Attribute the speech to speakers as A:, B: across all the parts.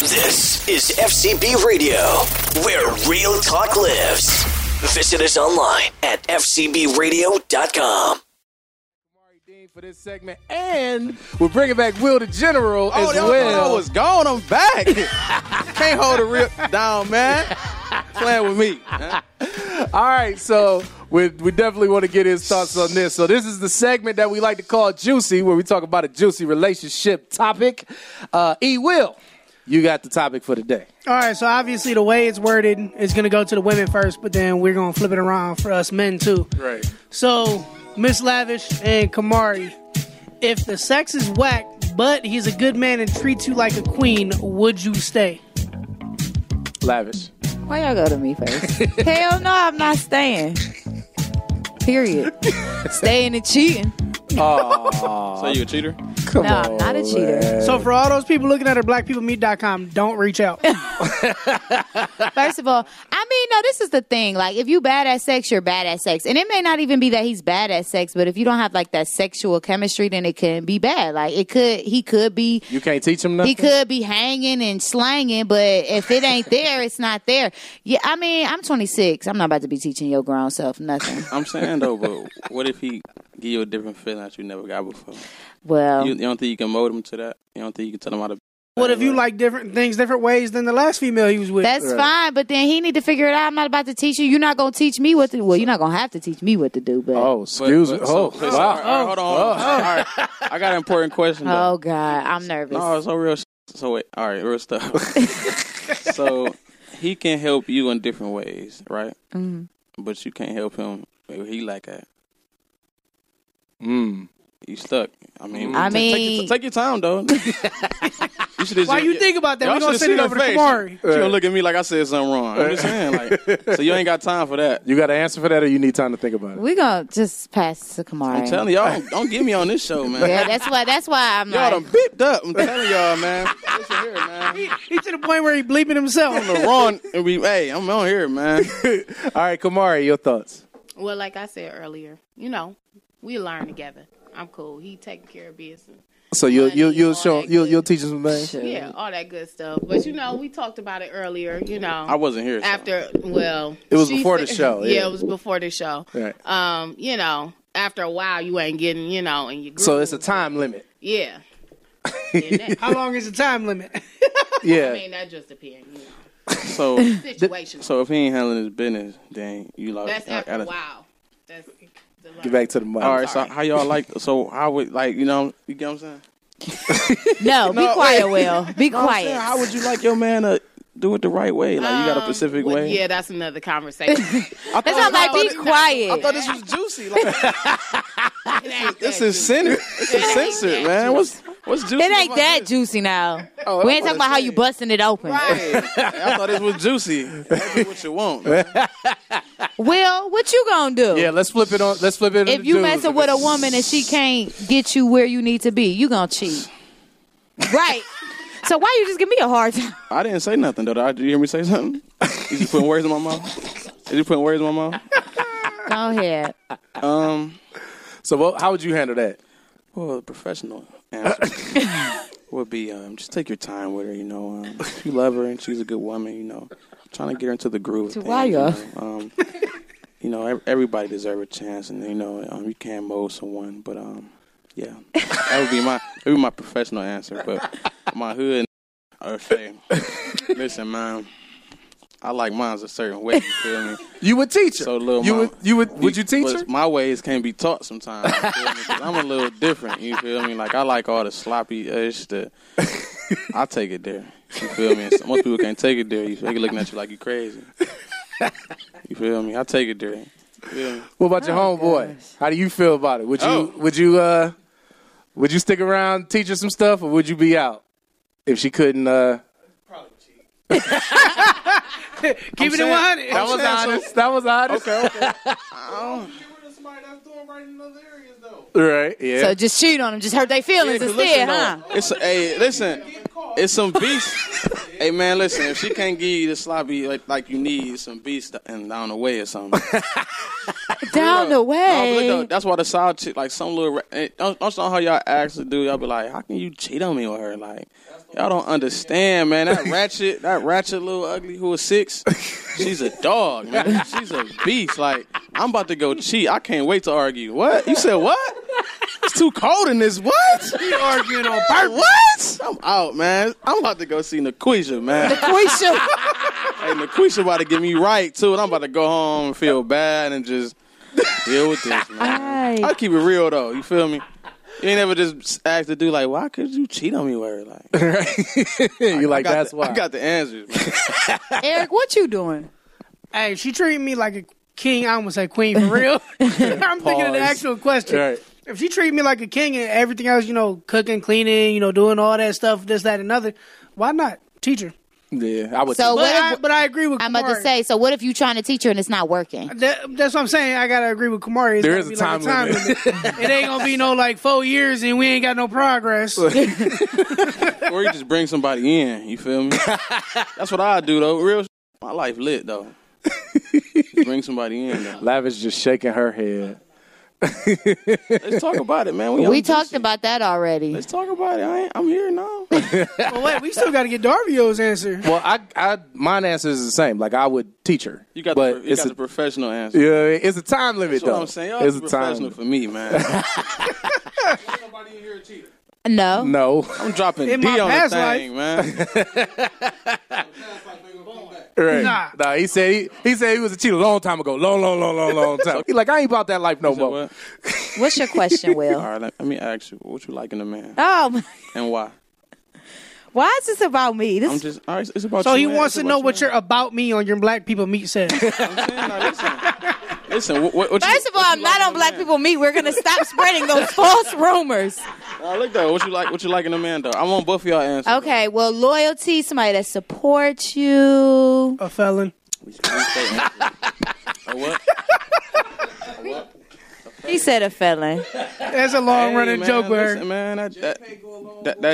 A: This is FCB Radio, where real talk lives. Visit us online at fcbradio.com.
B: Mari Dean for this segment, and we're bringing back Will the General as
C: that was-
B: well.
C: Oh, I was gone. I'm back. Can't hold a rip down, man. Playing with me.
B: All right, so we, we definitely want to get his thoughts on this. So this is the segment that we like to call Juicy, where we talk about a juicy relationship topic. Uh, e Will, you got the topic for today.
D: All right, so obviously the way it's worded is going to go to the women first, but then we're going to flip it around for us men too.
B: Right.
D: So, Miss Lavish and Kamari, if the sex is whack, but he's a good man and treats you like a queen, would you stay?
B: Lavish.
E: Why y'all go to me first? Hell no, I'm not staying. Period. staying and cheating.
C: So you a cheater?
B: Come
E: No, I'm not a cheater.
D: So, for all those people looking at her blackpeoplemeet.com, don't reach out.
E: First of all, I mean, no, this is the thing. Like, if you bad at sex, you're bad at sex. And it may not even be that he's bad at sex, but if you don't have like that sexual chemistry, then it can be bad. Like, it could, he could be
B: You can't teach him nothing.
E: He could be hanging and slanging, but if it ain't there, it's not there. Yeah, I mean, I'm 26. I'm not about to be teaching your grown self nothing.
C: I'm saying though, but what if he give you a different feeling that you never got before?
E: Well,
C: You, you don't think you can mold him to that? You don't think you can tell him how to?
D: what if you like different things different ways than the last female he was with?
E: that's fine, but then he need to figure it out. I'm not about to teach you. You're not gonna teach me what to. Well, you're not gonna have to teach me what to do. But oh,
B: oh, excuse me.
C: But-
B: Oh,
C: but- so- all
B: wow.
C: right,
B: Oh.
C: all right, hold on. hold on. All right, I got an important question. Though.
E: oh, God, I'm nervous.
C: No, it's so real. s- So wait, all right, real stuff. so he can help you in different ways, right? Mm-hmm. But you can't help him where he like at.
B: Mm.
C: You stuck. I mean,
E: I
C: take- take your-
E: mean-
C: take your, time though. you should
D: Why you think about that?
C: Y'all
D: We're going to
C: should've
D: send it
C: seen
D: over
C: her
D: to
C: face.
D: Kamari.
C: She gonna look at me like I said something wrong. I'm just saying, like, so you ain't got time for that.
B: You got an answer for that, or you need time to think about it?
E: we gonna just pass to Kamari.
C: I'm telling y'all, don't, don't get me on this show, man.
E: yeah, that's why. That's why I'm
C: Y'all
E: like.
C: done beeped up. I'm telling y'all, man. Listen here, man.
D: He's to the point where he bleeping himself.
C: I'm wrong. and we- Hey, I'm on here, man.
B: All right, Kamari, your thoughts.
F: Well, like I said earlier, you know, we learn together. I'm cool. He taking care of business.
B: So you you
F: Money,
B: you'll
F: all
B: show
F: that
B: you'll,
F: good.
B: you'll teach him some things.
F: Yeah, all that good stuff. But you know, we talked about it earlier. You know,
C: I wasn't here. so-
F: after well,
B: It was
F: she
B: before
F: said-
B: the show, yeah.
F: it was before the show.
B: Right.
F: Um, you know, after a while, you ain't getting, you know, and you
B: So it's a time limit.
F: yeah. And that,
D: How long is the time limit?
B: Yeah.
F: I mean, that just depends. You know,
C: So
F: situation.
C: So if he ain't handling his business, then you like
F: That's
C: I- I
F: after
C: gotta-
F: a while. That's the
B: Get back to the mic.
C: All right, so how y'all like? So how would like you know you get what I'm saying?
E: No, be quiet, Will. Be quiet.
C: Yeah, how would you like your man to do it the right way? Like you got a specific
F: Well,
C: way?
F: yeah, that's another conversation.
E: That's why I'm like, be quiet.
C: thought this was juicy. Like this
F: this
C: is censored. This is censored, man. What's what's juicy?
E: It ain't
C: about
E: that
C: this?
E: juicy now.
C: Oh,
E: we
C: I
E: ain't talking
C: wanna
E: about how
C: say.
E: you busting it open.
C: I thought this was juicy. That's what you want. man.
E: Will, what you gonna do?
B: Yeah, let's flip it on. Let's flip it.
E: if you messing with a woman and she can't get you where you need to be, you gonna cheat. right. So why you just give me a hard time?
C: I didn't say nothing though. Did you hear me say something? You just putting words in my mouth. You just putting words in my mouth.
E: Go ahead.
C: Um.
B: so well, how would you handle that?
C: Well, the professional answer would be um, just take your time with her. You know, um, if you love her and she's a good woman, you know, trying to get her into the groove. of
E: To
C: things,
E: why
C: you
E: y'all?
C: know, um, you know, ev- everybody deserves a chance, and you know, um, you can mold someone, but um, yeah, that would be my that would be my professional answer. But my hood, I would say, listen, man, I like mine's a certain way. You feel me?
B: You would teach her.
C: So, little
B: you
C: mama,
B: would you would would you teach her?
C: but My ways can't be taught sometimes. you feel me? 'Cause I'm a little different. You feel me? Like I like all the sloppy ish. The I take it there. You feel me? And so- most people can't take it there. You feel me? They looking at you like you crazy. You feel me? I take it there. You feel me?
B: What about your homeboy? How do you feel about it? Would you
C: Oh.
B: would you uh would you stick around, teach her some stuff, or would you be out if she couldn't? uh
D: Keep it in 100.
B: That was honest. That was honest.
C: Okay, okay.
B: Right. Yeah.
E: So just cheat on them. Just hurt their feelings
C: Listen,
E: instead,
C: though.
E: huh?
C: It's hey, listen. It's some beasts. Hey man, listen. If she can't give you the sloppy like like you need, some beats and down the way or something.
E: Down the
C: No, but
E: way.
C: look, though, that's why the side chick, like some little, ra- eh, don't, don't know how y'all acts to do. Y'all be like, how can you cheat on me with her? Like, y'all don't understand, man. That ratchet, that ratchet little ugly who was six, she's a dog, man. She's a beast. Like, I'm about to go cheat. I can't wait to argue. What you said? What? It's too cold in this. What? You arguing on purpose? What? I'm out, man. I'm about to go see Naquisha, man. Hey, Naquisha about to get me right too, and I'm about to go home and feel bad and just deal with this, man.
E: Aight.
C: I keep it real though. You feel me? You ain't ever just asked to do like, why could you cheat on me? Where like,
B: you
C: I
B: like
C: got
B: that's
C: the,
B: why.
C: I got the answers. Man.
E: Eric, what you doing?
D: Hey, she treated me like a king. I almost said queen for real. I'm thinking of the actual question.
B: Right.
D: If she treated me like a king and everything else, you know, cooking, cleaning, you know, doing all that stuff, this, that, and other, why not teach her?
B: yeah, I would.
E: So
D: But,
E: what?
D: I,
E: If,
D: but I agree with
E: I'm about to
D: Kamari.
E: say. So what if you trying to teach her and it's not working?
D: That, that's what I'm saying. I gotta agree with Kamari. It's
B: There
D: gotta
B: is a
D: be
B: time limit.
D: limit. it ain't gonna be no like four years and we ain't got no progress.
C: or you just bring somebody in. You feel me? that's what I do though. Real, s- my life lit though. Just bring somebody in. Though.
B: Lavish just shaking her head.
C: Let's talk about it, man.
E: We
C: on
E: talked
C: Gucci.
E: about that already.
C: Let's talk about it. I ain't, I'm here now.
D: well, wait, we still gotta get Darvio's answer.
B: Well, I, I, mine answer is the same. Like I would teach her.
C: You got,
B: but
C: the, you
B: it's
C: got the
B: a,
C: professional answer.
B: yeah, it's a time limit
C: That's what
B: though.
C: I'm saying. Y'all
B: it's
C: too
B: a time.
C: professional for me, man.
E: No.
B: No,
C: I'm dropping
D: In
C: D
D: my
C: on the
D: past
C: thing, man.
B: right.
D: Nah.
B: Nah, he said he, he said he was a cheater a long time ago. Long, long, long, long, long time. He like I ain't about that life no
C: So
B: more.
C: what?
E: What's your question,
C: All
E: Will?
C: right, let, let me ask you, what you like in a man
E: Oh,
C: and why?
E: why is this about me?
C: I'm
E: This
C: just all right. It's about
D: So
C: you.
D: he
C: man.
D: wants
C: It's
D: to know
C: about
D: what
C: you,
D: your about me on your black people meet said.
C: man. I'm saying, like, listen, listen. What, what, what
E: First
C: you,
E: of all, I'm not on Black People Meet. We're gonna stop spreading those false rumors.
C: I look though. What you like? What you like in a man though? I want both of y'all answers.
E: Okay, well, loyalty, somebody that supports you.
D: A felon.
C: Or what?
E: He said a felon.
D: That's a long
C: Hey,
D: running
C: man,
D: joke with her.
C: listen, man. That, that,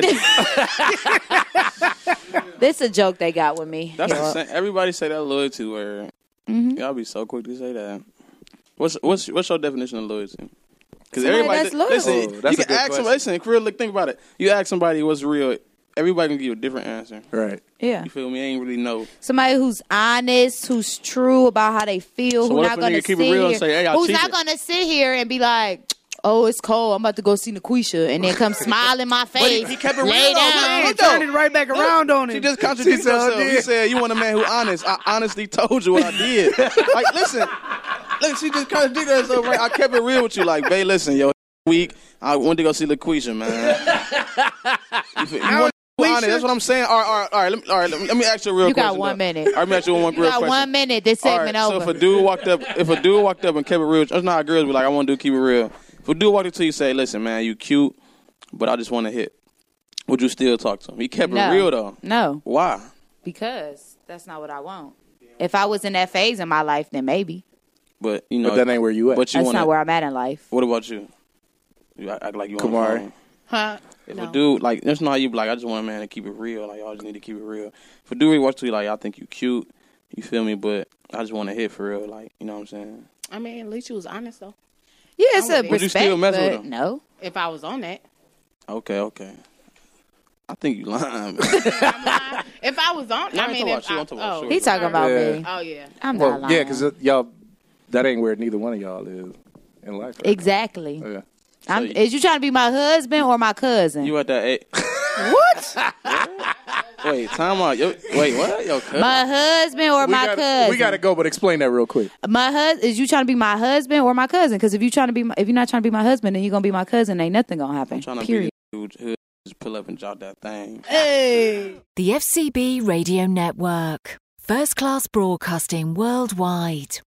C: that, that,
E: This a joke they got with me.
C: that's the
E: Yo.
C: same. Everybody say that loyalty word.
D: Mm-hmm.
C: Y'all be so quick to say that. What's what's what's your definition of loyalty? Because everybody
E: that's loyal.
C: listen.
B: Oh, that's
C: you
B: a
C: can
B: good
C: ask
B: question.
C: somebody. Listen, really think about it. You ask somebody what's real. Everybody can give you a different answer.
B: Right.
E: Yeah.
C: You feel me? I ain't really know.
E: Somebody who's honest, who's true about how they feel,
C: So
E: who's
C: what
E: not
C: if a
E: gonna
C: nigga keep
E: sit
C: it real and
E: here,
C: say, "Hey, I
E: who's
C: cheated."
E: not gonna sit here and be like, "Oh, it's cold. I'm about to go see Naquisha," and then come smile in my face. Lay down.
D: Hey, turned it right back around on
C: She
D: him.
C: just contradicted
B: She told
C: herself.
B: you.
C: He said, "You want a man who honest? I honestly told you what I did. like, listen, look, she just contradicted herself. Right? I kept it real with you. Like, babe, listen, yo, week I went to go see LaQuisha, man. You, feel- you want a man who honest? That's what I'm saying. All right, all right, all right. Let me, all right, let me, let me ask you a real
E: You got
C: question.
E: one
C: though.
E: minute.
C: All right, let me ask you one
E: You
C: real
E: got
C: question.
E: one minute. This
C: All
E: segment
C: right,
E: over.
C: So if a dude walked up, if a dude walked up and kept it real, with you- it's not girls be like, I want to do keep it real. If a dude walked up to you and say, listen, man, you cute, but I just want to hit. Would you still talk to him? He kept
E: no.
C: it real though.
E: No,
C: Why?
E: because that's not what I want. If I was in that phase in my life, then maybe.
C: But you know,
B: But that ain't where you at.
C: But you
E: That's
C: want
E: not
C: to.
E: where I'm at in life.
C: What about you? You act act like you on the
B: Kamari.
C: phone.
F: Huh?
C: If
F: No.
C: a dude like that's not how you be like. I just want a man to keep it real. Like y'all just need to keep it real. If a dude really watch to you like I think you cute, you feel me? But I just want to hit for real. Like you know what I'm saying?
F: I mean, at least you was honest though.
E: Yeah, it's a
F: Would you
E: respect.
C: still mess with
E: but
C: him?
E: No.
F: If I was on that,
C: Okay, okay. I think you lying. man.
F: if I was on,
C: No,
F: I
C: I'm talking about
F: mean, if
C: you,
F: I,
C: I'm talking about
F: oh,
E: He talking about
B: Yeah.
E: me.
F: oh yeah,
E: I'm not
B: Well,
E: lying.
B: yeah, because y'all, that ain't where neither one of y'all is in life. right?
E: exactly.
B: Yeah.
E: I'm,
C: you-
E: is you trying to be my husband or my cousin?
C: you at that eight?
D: What?
C: Wait, time out. Yo, wait, what? Yo, cut.
E: my husband or
B: We
E: my
B: gotta,
E: cousin?
B: We got to go, but explain that real quick.
E: My hus is you trying to be my husband or my cousin? Because if you trying to be, my, if you're not trying to be my husband, then you're gonna be my cousin. Ain't nothing gonna happen.
C: trying to
E: Period.
C: be the dude who just pull up and drop that thing.
D: Hey.
G: The FCB Radio Network. First class broadcasting worldwide.